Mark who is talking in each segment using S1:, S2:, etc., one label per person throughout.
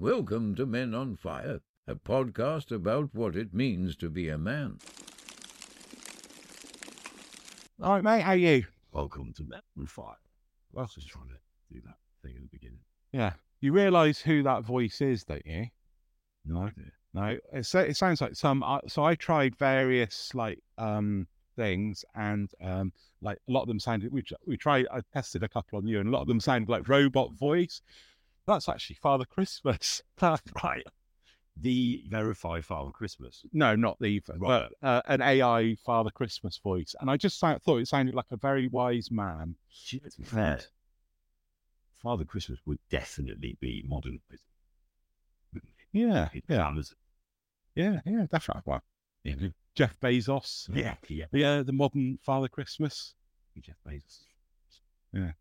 S1: Welcome to Men on Fire, a podcast about what it means to be a man.
S2: All right, mate, how are you?
S3: Welcome to Mountain Fire. I was just trying to do that thing at the beginning.
S2: Yeah. You realise who that voice is, don't you?
S3: No idea.
S2: No, it, sa- it sounds like some. Uh, so I tried various like um things, and um like a lot of them sounded. We tr- we tried. I tested a couple on you, and a lot of them sounded like robot voice. That's actually Father Christmas.
S3: Right. The Verify Father Christmas.
S2: no, not even,
S3: Right.
S2: but uh, an AI Father Christmas voice. And I just sou- thought it sounded like a very wise man.
S3: Shit, to be fair, Father Christmas would definitely be modern.
S2: Yeah, yeah,
S3: Yeah.
S2: yeah, yeah. Definitely. Well,
S3: Yeah.
S2: Jeff Bezos.
S3: Yeah. Yeah.
S2: Yeah, the modern Father Christmas.
S3: Jeff Bezos.
S2: Yeah.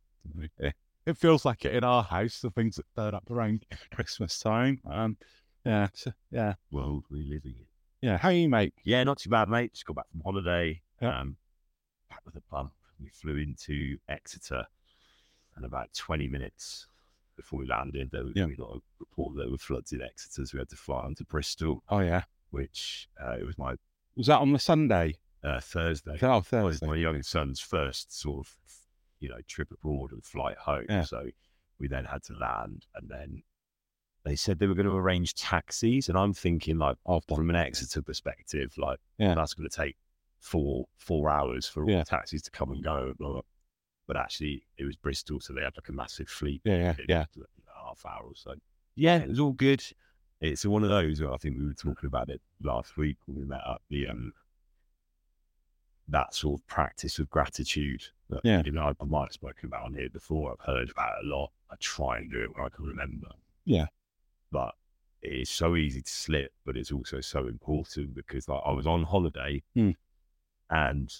S2: It feels like it in our house, the things that turn up around Christmas time. Um, yeah, so- yeah,
S3: World we living in.
S2: yeah. How are you, mate?
S3: Yeah, not too bad, mate. Just got back from holiday.
S2: Yeah.
S3: Um, back with a bump. We flew into Exeter, and about twenty minutes before we landed, there
S2: Yeah.
S3: we got a report that there were floods in Exeter, so we had to fly on to Bristol,
S2: Oh, yeah.
S3: which uh, it was my
S2: Was that on the Sunday?
S3: uh, Thursday.
S2: Oh,
S3: It was
S2: Thursday.
S3: my young son's first sort of, you know, trip abroad and flight home.
S2: Yeah.
S3: So we then had to land, and then they said they were going to arrange taxis, and I'm thinking like, oh, from an Exeter perspective, like
S2: Yeah.
S3: that's going to take four four hours for all
S2: Yeah.
S3: the taxis to come and go, blah, blah. But actually, it was Bristol, so they had like a massive fleet.
S2: Yeah, yeah,
S3: in
S2: yeah.
S3: a half hour or so. Yeah, it was all good. It's one of those. where I think we were talking about it last week when we met up. The um, that sort of practice of gratitude. That,
S2: Yeah.
S3: you know, I, I might have spoken about on here before. I've heard about it a lot. I try and do it when I can remember.
S2: Yeah.
S3: but it's so easy to slip, but it's also so important because like I was on holiday
S2: Hmm.
S3: and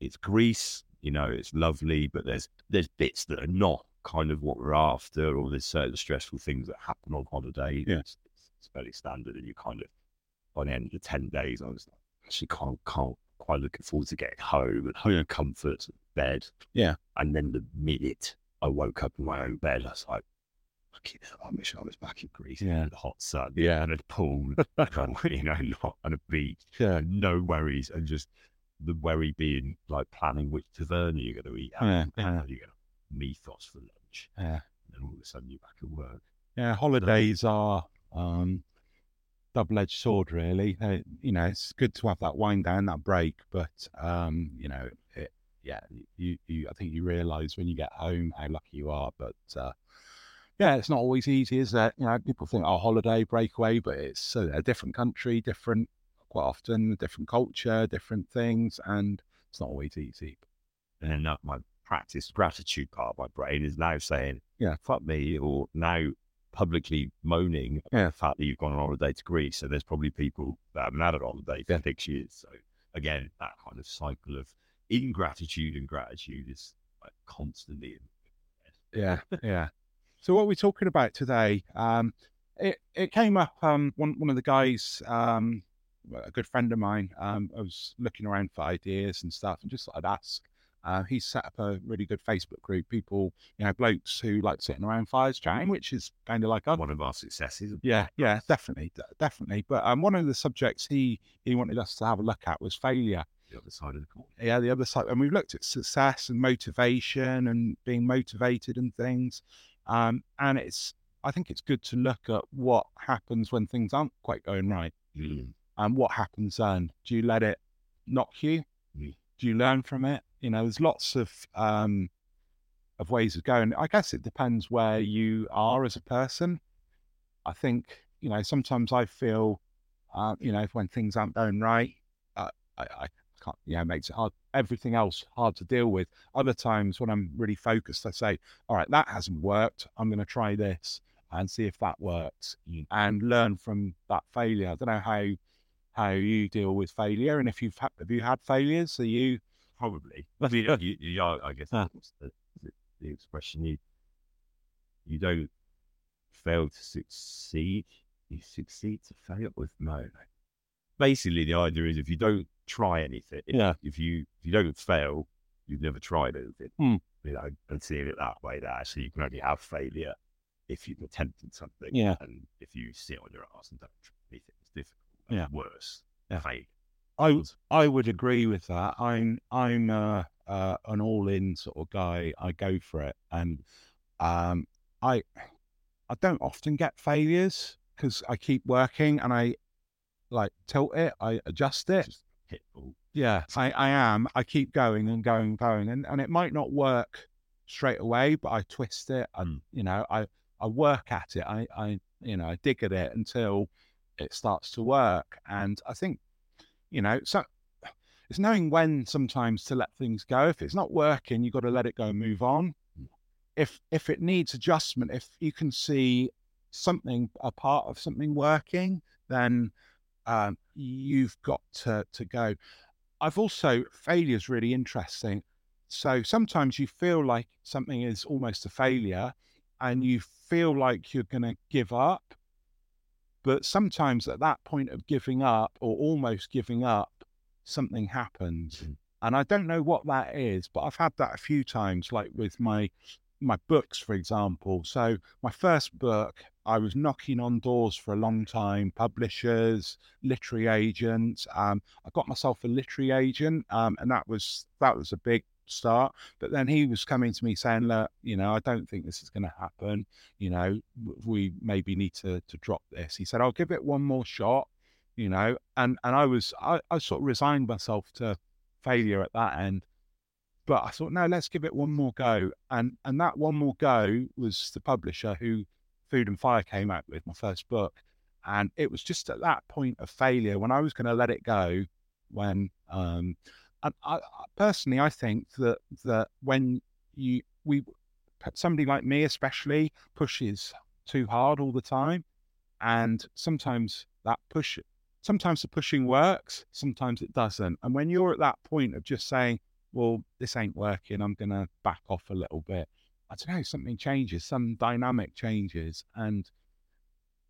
S3: it's Greece. You know, it's lovely, but there's there's bits that are not kind of what we're after, or there's certain stressful things that happen on holiday.
S2: Yeah.
S3: It's, it's fairly standard, and you kind of by the end of the ten days, I was like, actually can't can't quite looking forward to getting home and home comfort bed.
S2: Yeah.
S3: and then the minute I woke up in my own bed, I was like, fucking hell, I wish I was back in Greece
S2: Yeah.
S3: in the hot sun,
S2: Yeah.
S3: and a pool, and, you know, not on a beach
S2: Yeah.
S3: and no worries, and just the worry being like planning which taverna you're going to eat at,
S2: Yeah,
S3: and
S2: yeah.
S3: how you're going to mythos for lunch,
S2: Yeah.
S3: and then all of a sudden you're back at work.
S2: Yeah, holidays are um, double-edged sword, really. Uh, you know, it's good to have that wind down, that break, but um, you know, it, yeah, you, you, I think you realise when you get home how lucky you are. But uh, yeah, it's not always easy, is it? You know, people think, oh, holiday breakaway, but it's uh, a different country, different, quite often, different culture, different things, and it's not always easy.
S3: and then that my practice gratitude part of my brain is now saying,
S2: Yeah.
S3: fuck me," or now publicly moaning about
S2: Yeah.
S3: the fact that you've gone on holiday to Greece. So there's probably people that haven't had a holiday for six years. So again, that kind of cycle of ingratitude and gratitude is like constantly.
S2: Yeah, yeah. So what we're talking about today, um, it it came up. Um, one one of the guys, um, a good friend of mine, um, I was looking around for ideas and stuff, and just thought I'd ask. Uh, he's set up a really good Facebook group. People, you know, blokes who like sitting around fires chatting, which is kind of like us.
S3: One of our successes.
S2: Yeah, yeah, definitely, de- definitely. But um, one of the subjects he he wanted us to have a look at was failure
S3: The other side of the coin.
S2: yeah, the other side, and we've looked at success and motivation and being motivated and things. Um, and it's, I think it's good to look at what happens when things aren't quite going right and what happens then. Do you let it knock you?
S3: Mm.
S2: Do you learn from it? You know, there's lots of, um, of ways of going. I guess it depends where you are as a person. I think, you know, sometimes I feel, uh, you know, when things aren't going right, uh, I, I can't, you know, it makes it hard, everything else hard to deal with. Other times when I'm really focused, I say, all right, that hasn't worked. I'm going to try this and see if that works
S3: Mm.
S2: and learn from that failure. I don't know how, how you deal with failure and if you've had, have you had failures? Are you,
S3: Probably. I mean, uh, you, you are, I guess that's the, the- the expression you you don't fail to succeed, you succeed to fail with no. no. Basically, the idea is if you don't try anything, if,
S2: Yeah.
S3: if you if you don't fail, you've never tried anything.
S2: Hmm.
S3: You know, and seeing it that way, that actually you can only have failure if you've attempted something.
S2: Yeah.
S3: And if you sit on your ass and don't try anything, it's difficult.
S2: Yeah.
S3: Worse.
S2: Yeah.
S3: Failure.
S2: I I would agree with that. I'm I'm uh, uh, an all in sort of guy. I go for it, and um, I I don't often get failures because I keep working and I like tilt it, I adjust it.
S3: Just hit all.
S2: Yeah, I, I am. I keep going and going, going, and, and it might not work straight away, but I twist it. I,
S3: Mm.
S2: you know, I, I work at it. I, I, you know, I dig at it until it starts to work. And I think, you know, so it's knowing when sometimes to let things go. If it's not working, you've got to let it go and move on. If if it needs adjustment, if you can see something a part of something working, then um, you've got to to go. I've also failure is really interesting. So sometimes you feel like something is almost a failure, and you feel like you're going to give up. But sometimes at that point of giving up or almost giving up, something happens,
S3: Mm.
S2: and I don't know what that is. But I've had that a few times, like with my my books, for example. So my first book, I was knocking on doors for a long time, publishers, literary agents. Um, I got myself a literary agent, um, and that was that was a big start. But then he was coming to me saying, "Look, you know, I don't think this is going to happen. You know, w- we maybe need to to drop this." He said, "I'll give it one more shot." You know, and and I was I, I sort of resigned myself to failure at that end. But I thought, no, let's give it one more go, and and that one more go was the publisher who Food and Fire came out with my first book, and it was just at that point of failure when I was going to let it go. When um, and I, I- personally, I think that that when you we somebody like me especially pushes too hard all the time, and sometimes that push, sometimes the pushing works, sometimes it doesn't. And when you're at that point of just saying, "Well, this ain't working," I'm going to back off a little bit. I don't know, something changes, some dynamic changes, and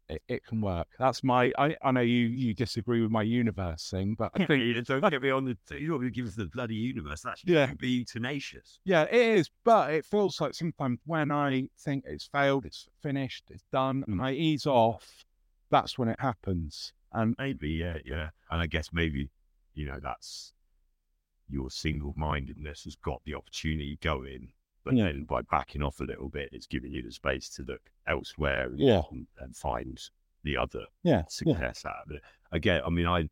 S2: it, it can work. That's my. I, I know you you disagree with my universe thing, but I think
S3: Failure, Don't get me on the. You know what gives the bloody universe? That's
S2: Yeah.
S3: being tenacious.
S2: yeah, it is. But it feels like sometimes when I think it's failed, it's finished, it's done, and I ease off, that's when it happens. And
S3: Maybe, yeah, yeah. And I guess maybe, you know, that's your single mindedness has got the opportunity going. But
S2: Yeah.
S3: then by backing off a little bit, it's giving you the space to look elsewhere and,
S2: yeah,
S3: and, and find the other
S2: yeah,
S3: success out of it. Again, I mean, I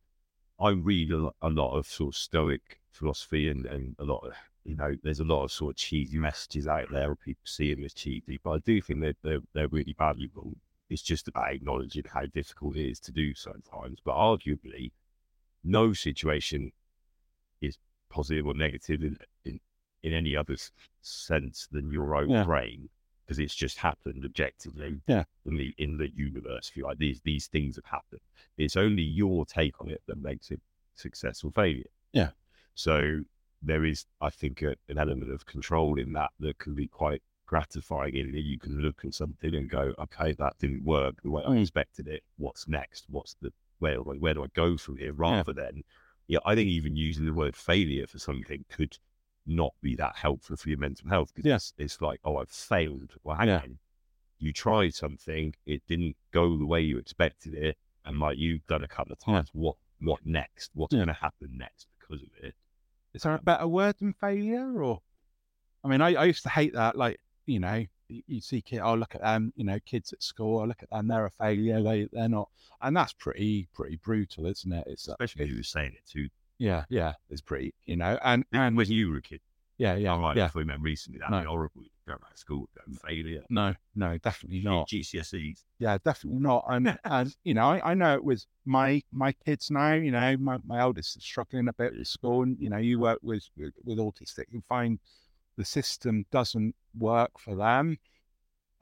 S3: I read a, lo- a lot of sort of Stoic philosophy and, and a lot of, you know, there's a lot of sort of cheesy messages out there of people see them as cheesy, but I do think that they're, they're really valuable. It's just about acknowledging how difficult it is to do sometimes. But arguably, no situation is positive or negative in, in, in any other s- sense than your own
S2: Yeah.
S3: brain because it's just happened objectively
S2: Yeah.
S3: in the in the universe. If you like, these these things have happened. It's only your take on it that makes it success or failure.
S2: Yeah.
S3: So there is, I think, a, an element of control in that that can be quite gratifying. In that you can look at something and go, "Okay, that didn't work the way I
S2: Mm.
S3: expected it. What's next? What's the where? Where do I go from here?" Rather than, yeah, I think even using the word failure for something could not be that helpful for your mental health because
S2: Yeah.
S3: it's, it's like, "Oh, I've failed." Well, hang
S2: Yeah.
S3: on you tried something, it didn't go the way you expected it, and like you've done a couple of
S2: Yeah.
S3: times, what what next? What's
S2: Yeah.
S3: going to happen next because of it?
S2: Is there a better word than failure? Or, I mean, I, I used to hate that. Like, you know, you, you see kid, oh, look at them, you know, kids at school, oh, look at them, they're a failure, they, they're not. And that's pretty, pretty brutal, isn't it? It's, uh,
S3: Especially who was saying it to,
S2: yeah, yeah, it's pretty, you know, and,
S3: and when you were a kid,
S2: yeah, yeah,
S3: I like
S2: yeah.
S3: if we met recently, that'd be
S2: No.
S3: horrible. You'd Go back to school, go failure,
S2: No, no, definitely not.
S3: GCSEs.
S2: Yeah, definitely not. And and you know, I, I know it was my my kids now. You know, my, my eldest is struggling a bit at school, and you know, you work with with, with autistic, you find the system doesn't work for them,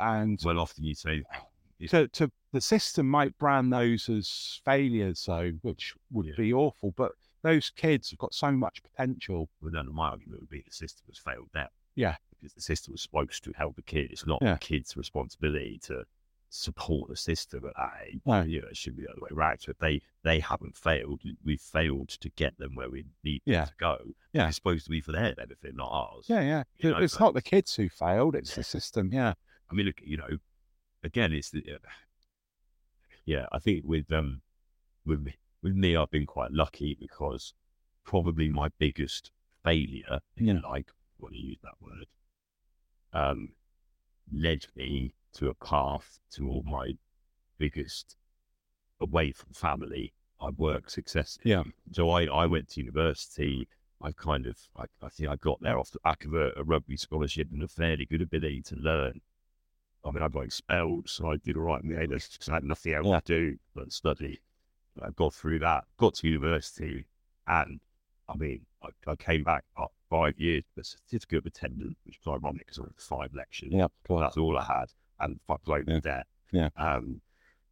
S2: and
S3: Well, often you say, "Oh,
S2: to, to the system might brand those as failures, though, which would
S3: Yeah.
S2: be awful. But those kids have got so much potential.
S3: well, then my argument would be the system has failed them.
S2: Yeah.
S3: Because the system was supposed to help the kid. It's not
S2: Yeah.
S3: the kid's responsibility to support the system at that age.
S2: No.
S3: You know, it should be the other way around. So if they, they haven't failed, we've failed to get them where we need
S2: Yeah.
S3: them to go.
S2: Yeah.
S3: It's supposed to be for their benefit, not ours.
S2: Yeah, yeah.
S3: You know,
S2: it's
S3: but-
S2: not the kids who failed; it's the system. Yeah,
S3: I mean, look, you know, again, it's the, yeah. I think with um with me- with me, I've been quite lucky because probably my biggest failure, if you like, want to use that word, um, led me to a path to all my biggest away from family. I work success.
S2: Yeah.
S3: So I, I went to university. I kind of, I, I think I got there off the back of a, a rugby scholarship and a fairly good ability to learn. I mean, I got expelled, so I did all right in the A levels 'cause I had nothing else to do but study. But I got through that, got to university, and I mean, I, I came back up five years with a certificate of attendance, which was ironic because I went to five lectures.
S2: Yeah,
S3: That's all I had, and fuck load
S2: Yeah.
S3: of debt.
S2: Yeah.
S3: Um,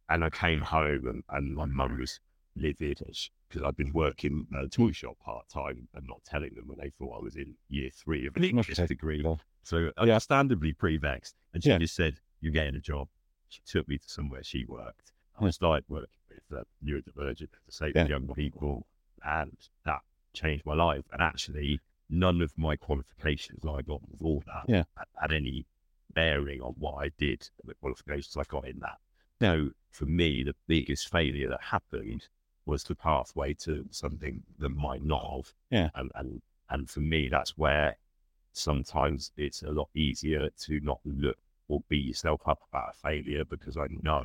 S3: and I came home, and, and my mum was livid because I'd been working at a toy shop part time and not telling them when they thought I was in year three of an English
S2: Okay.
S3: degree. So understandably pretty vexed. And she
S2: Yeah.
S3: just said, You're getting a job. She took me to somewhere she worked. I
S2: Yeah.
S3: started working with uh, neurodivergent to save
S2: Yeah.
S3: young people. And that changed my life. And actually, none of my qualifications I got before that
S2: Yeah.
S3: had- had any bearing on what I did, and the qualifications I got in that. Now, for me, the biggest failure that happened was the pathway to something that might not have.
S2: Yeah.
S3: And, and, and for me, that's where sometimes it's a lot easier to not look or beat yourself up about a failure because I know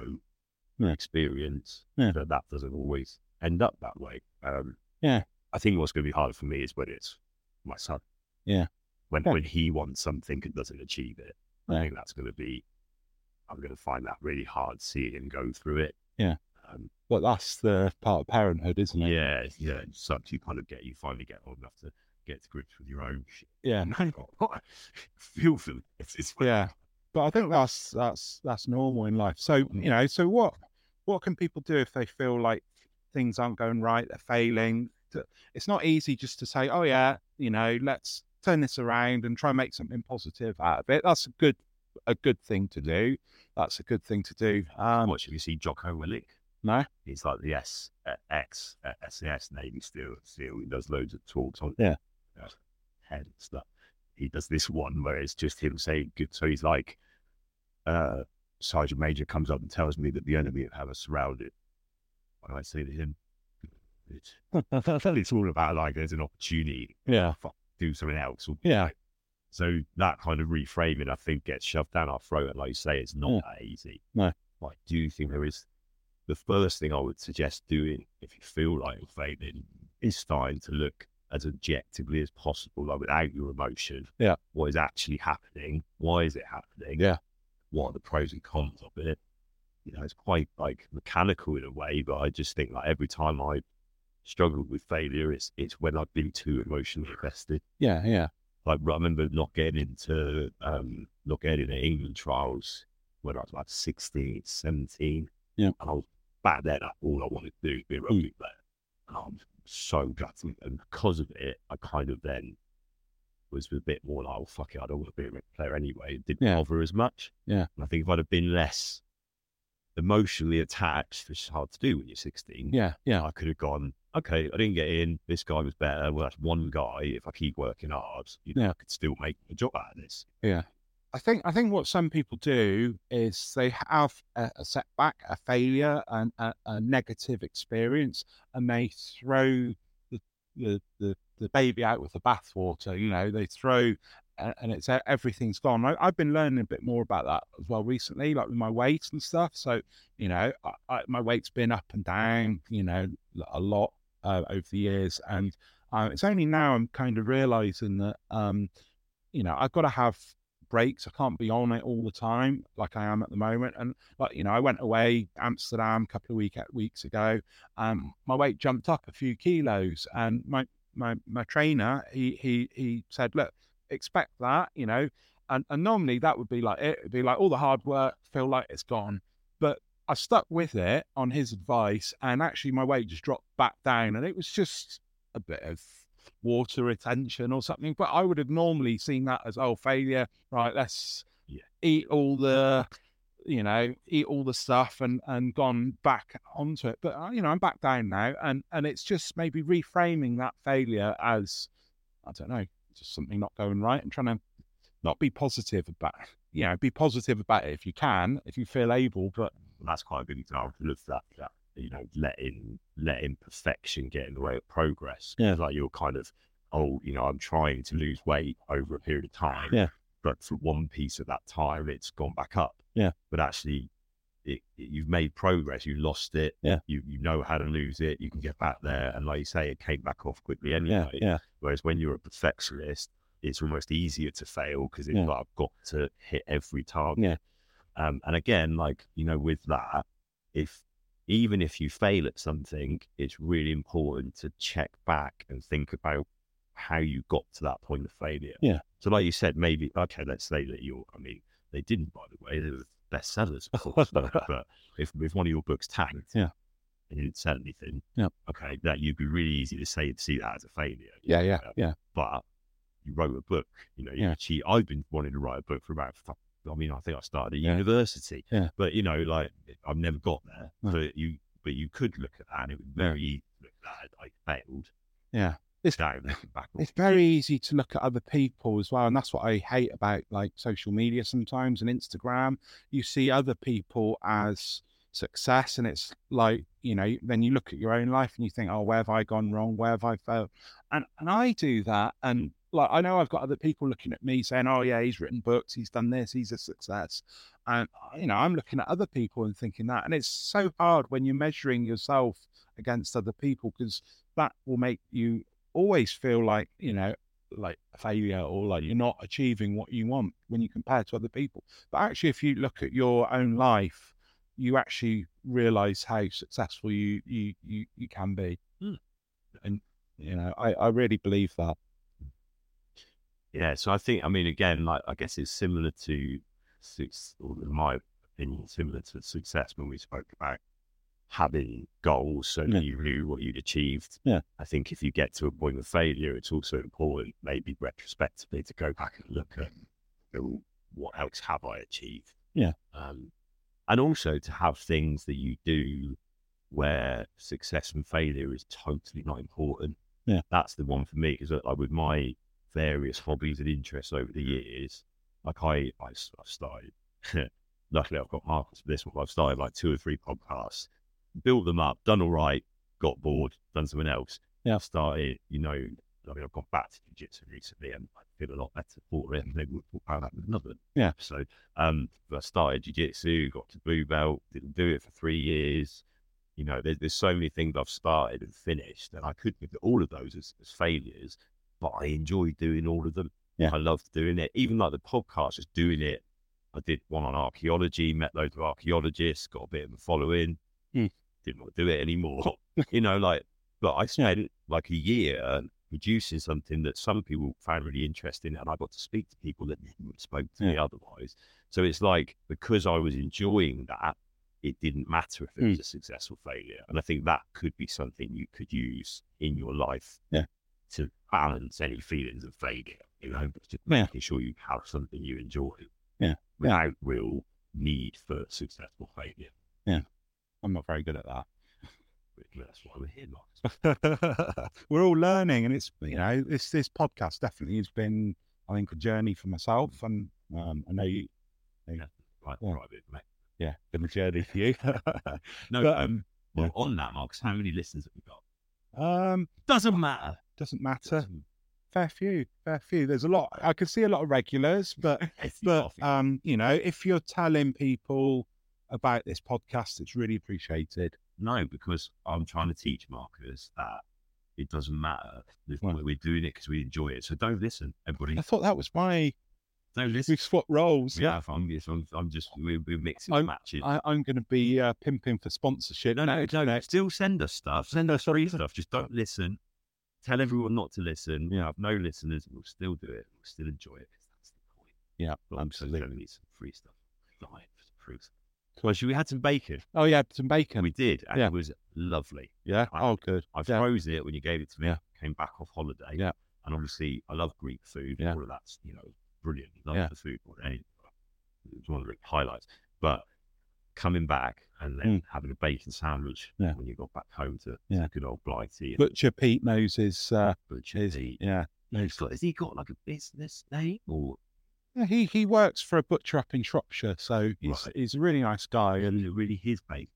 S3: from
S2: Yeah.
S3: experience
S2: Yeah.
S3: that that doesn't always end up that way. Um,
S2: Yeah.
S3: I think what's going to be harder for me is when it's my son.
S2: Yeah.
S3: When
S2: Yeah.
S3: when he wants something and doesn't achieve it, I
S2: Yeah.
S3: think that's going to be. I'm going to find that really hard seeing him go through it.
S2: Yeah.
S3: Um,
S2: Well, that's the part of parenthood, isn't it?
S3: yeah. Yeah. So you kind of get you finally get old enough to get to grips with your own shit.
S2: Yeah.
S3: And I got- feel for this. It's
S2: Yeah, but I think that's that's that's normal in life. So you know, so what what can people do if they feel like things aren't going right, they're failing? To- It's not easy just to say, oh yeah, you know, let's turn this around and try and make something positive out of it. That's a good a good thing to do. That's a good thing to do.
S3: How
S2: Um,
S3: much have you seen Jocko Willick?
S2: no,
S3: He's like the S, uh, X, uh, SAS Navy SEAL. SEAL. He does loads of talks on
S2: Yeah.
S3: uh, head and stuff. He does this one where it's just him saying good. So he's like, uh, Sergeant Major comes up and tells me that the enemy have us surrounded. And I say to him, it's, it's all about like there's an opportunity
S2: yeah,
S3: to do something else or
S2: yeah,
S3: so that kind of reframing, I think, gets shoved down our throat. And like you say, it's not
S2: Mm.
S3: that easy.
S2: No.
S3: But I do think there is the first thing I would suggest doing if you feel like you're failing is starting to look as objectively as possible, like without your emotion.
S2: Yeah.
S3: What is actually happening? Why is it happening?
S2: Yeah.
S3: What are the pros and cons of it? You know, it's quite like mechanical in a way, but I just think like every time I struggled with failure, it's it's when I've been too emotionally invested
S2: yeah, yeah,
S3: like I remember not getting into um not getting into England trials when I was like 16, 17.
S2: Yeah. Hmm.
S3: And I was back then all I wanted to do was be a rugby player. And I'm so gutted. And because of it, I kind of then was a bit more like, oh fuck it, I don't want to be a rugby player anyway. It didn't
S2: Yeah.
S3: bother as much.
S2: Yeah.
S3: And I think if I'd have been less emotionally attached, which is hard to do when you're sixteen,
S2: yeah, yeah,
S3: I could have gone, okay, I didn't get in. This guy was better. Well, that's one guy. If I keep working hard, you know,
S2: Yeah.
S3: I could still make a job out of this.
S2: yeah. I think I think what some people do is they have a, a setback, a failure, and a, a negative experience, and they throw the, the the the baby out with the bathwater. You know, they throw a- and it's e- everything's gone. I, I've been learning a bit more about that as well recently, like with my weight and stuff. So you know, I, I, my weight's been up and down, you know, a lot uh, over the years, and uh, it's only now I'm kind of realizing that, um, you know, I've got to have breaks. I can't be on it all the time like I am at the moment. And like you know, I went away Amsterdam a couple of week weeks ago. Um, my weight jumped up a few kilos, and my my my trainer he he he said, look, expect that, you know. And, and normally that would be like it. It'd be like all the hard work feel like it's gone, but I stuck with it on his advice, and actually my weight just dropped back down, and it was just a bit of water retention or something. But I would have normally seen that as oh failure, right? Let's
S3: Yeah.
S2: eat all the, you know, eat all the stuff and and gone back onto it. But uh, you know, I'm back down now, and and it's just maybe reframing that failure as I don't know, just something not going right, and trying to not be positive about you know, be positive about it if you can, if you feel able. But
S3: that's quite a good example of that. That you know, letting letting perfection get in the way of progress.
S2: Yeah.
S3: like you're kind of, oh, you know, I'm trying to lose weight over a period of time.
S2: Yeah.
S3: but for one piece at that time, it's gone back up.
S2: Yeah.
S3: but actually. It, it- you've made progress. You lost it.
S2: Yeah.
S3: You you know how to lose it. You can get back there, and like you say, it came back off quickly
S2: yeah,
S3: anyway.
S2: yeah,
S3: Whereas when you're a perfectionist, it's almost easier to fail because it's
S2: Yeah.
S3: like I've got to hit every target.
S2: Yeah.
S3: Um, and again, like you know, with that, if even if you fail at something, it's really important to check back and think about how you got to that point of failure.
S2: Yeah.
S3: So, like you said, maybe okay, let's say that you're. I mean, they didn't, by the way. They were bestsellers, of course. but but if if one of your books tanked,
S2: Yeah.
S3: and you didn't sell anything,
S2: Yeah.
S3: okay, that you'd be really easy to say see that as a failure
S2: yeah, yeah, yeah,
S3: but you wrote a book. You know, you
S2: Yeah.
S3: actually, I've been wanting to write a book for about. fu- I mean, I think I started at
S2: Yeah.
S3: university,
S2: Yeah.
S3: but you know, like I've never got there.
S2: No.
S3: But you, but you could look at that, and it was very easy to look at that. I failed.
S2: yeah.
S3: It's down looking back.
S2: It's very easy to look at other people as well, and that's what I hate about like social media sometimes and Instagram. You see other people as success, and it's like you know. Then you look at your own life and you think, "Oh, where have I gone wrong? Where have I failed?" And and I do that, and like I know I've got other people looking at me saying, "Oh, yeah, he's written books, he's done this, he's a success," and uh, you know I'm looking at other people and thinking that, and it's so hard when you're measuring yourself against other people because that will make you always feel like you know like a failure or like you're not achieving what you want when you compare to other people but actually if you look at your own life you actually realize how successful you you you, you can be
S3: Hmm.
S2: and you know i i really believe that
S3: Yeah, so I think I mean again, like I guess it's similar to six, or in my opinion, similar to success when we spoke about having goals so
S2: Yeah.
S3: that you knew what you'd achieved.
S2: Yeah.
S3: I think if you get to a point of failure, it's also important, maybe retrospectively, to go back and look at "Oh, what else have I achieved.
S2: Yeah.
S3: um, and also to have things that you do where success and failure is totally not important.
S2: Yeah.
S3: that's the one for me because like with my various hobbies and interests over the years. Like I, I, s- I started. luckily, I've got markets for this one. I've started like two or three podcasts, built them up, done all right, got bored, done something else.
S2: Yeah.
S3: started. You know, I mean, I've gone back to jiu-jitsu recently, and I feel a lot better for it. And maybe we'll talk about that in another
S2: Yeah.
S3: episode. Um, but I started jiu-jitsu, got to blue belt, didn't do it for three years. You know, there, there's so many things I've started and finished, and I could look at all of those as, as failures but I enjoy doing all of them.
S2: Yeah.
S3: I love doing it. Even like the podcast, just doing it. I did one on archaeology, met loads of archaeologists, got a bit of a following.
S2: Mm.
S3: Didn't want to do it anymore. you know, like, but I spent like a year um, producing something that some people found really interesting. And I got to speak to people that never would spoke to me
S2: Yeah.
S3: otherwise. So it's like, because I was enjoying that, it didn't matter if it
S2: Hmm.
S3: was a successful failure. And I think that could be something you could use in your life to balance any feelings of failure. You know, but just
S2: Yeah.
S3: making sure you have something you enjoy.
S2: Yeah.
S3: Without real need for successful failure.
S2: i'm not very good at that
S3: But That's why we're here, Mark.
S2: we're all learning and it's you know this this podcast definitely has been i think a journey for myself and um i know you
S3: Right,
S2: Yeah.
S3: right, mate.
S2: yeah been a journey for you
S3: No,
S2: But,
S3: um, well,
S2: yeah.
S3: on that, Marcus, how many listeners have we got?
S2: um
S3: Doesn't matter.
S2: doesn't matter fair few, fair few. There's a lot. I can see a lot of regulars, but but um, you know, if you're telling people about this podcast, it's really appreciated.
S3: No, because I'm trying to teach Marcus that it doesn't matter. If
S2: Right.
S3: We're doing it because we enjoy it. So don't listen, everybody.
S2: I thought that was my.
S3: Don't listen.
S2: We've swapped roles.
S3: Yeah, I'm, I'm, I'm just, we're, we're mixing
S2: I'm-
S3: and matching.
S2: I, I'm going to be uh, pimping for sponsorship.
S3: No, no, no, no. Still send us stuff. Send us free stuff. Just don't listen. Tell everyone not to listen. You know, have no listeners. We'll still do it. We'll still enjoy it. That's the point.
S2: Yeah,
S3: But also
S2: absolutely.
S3: don't need some free stuff. Live free stuff. Well, should we had some bacon?
S2: Oh yeah, some
S3: And
S2: bacon.
S3: we did, and
S2: Yeah.
S3: it was lovely.
S2: Yeah. Oh good.
S3: I
S2: Yeah.
S3: froze it when you gave it to me.
S2: Yeah.
S3: Came back off holiday.
S2: Yeah.
S3: And obviously, I love Greek food.
S2: Yeah.
S3: All of that's you know brilliant. Love
S2: Yeah.
S3: the food. more than anything. It was one of the highlights. But coming back and then having a bacon sandwich
S2: Mm. Yeah.
S3: when you got back home to, to
S2: Yeah.
S3: good old Blighty and
S2: Butcher Pete knows his. Uh,
S3: butcher
S2: his
S3: meat.
S2: yeah.
S3: He's got, has he got like a business name or
S2: Yeah, he he works for a butcher up in Shropshire, so he's,
S3: Right.
S2: he's a really nice guy, and
S3: Is it really his bait?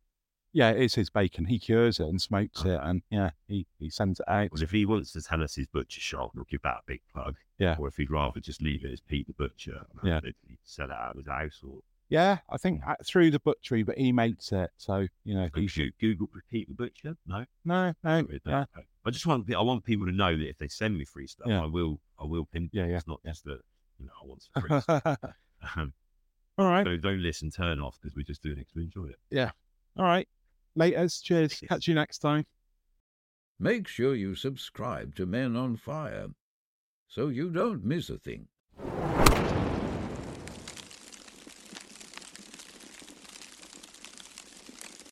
S2: yeah, it is his bacon. He cures it and smokes
S3: Oh.
S2: it, and yeah, he, he sends it out.
S3: Well, if he wants to tell us his butcher shop, we'll give that a big plug.
S2: Yeah.
S3: Or if he'd rather just leave it as Pete the Butcher, and
S2: Yeah.
S3: have it- he'd sell it out of his house or
S2: Yeah, I think uh, through the butchery, but he makes it, so you know.
S3: you should Google for Pete the Butcher. No,
S2: No, no,
S3: Sorry,
S2: yeah,
S3: no. I just want I want people to know that if they send me free stuff,
S2: Yeah.
S3: I will I will pin.
S2: yeah, yeah.
S3: It's not just that you know I want some free stuff.
S2: All
S3: Um,
S2: right,
S3: so don't listen, turn off because we're just doing it 'cause we enjoy it.
S2: all right. Laters. Cheers.
S3: Cheers.
S2: Catch you next time.
S1: Make sure you subscribe to Men on Fire so you don't miss a thing.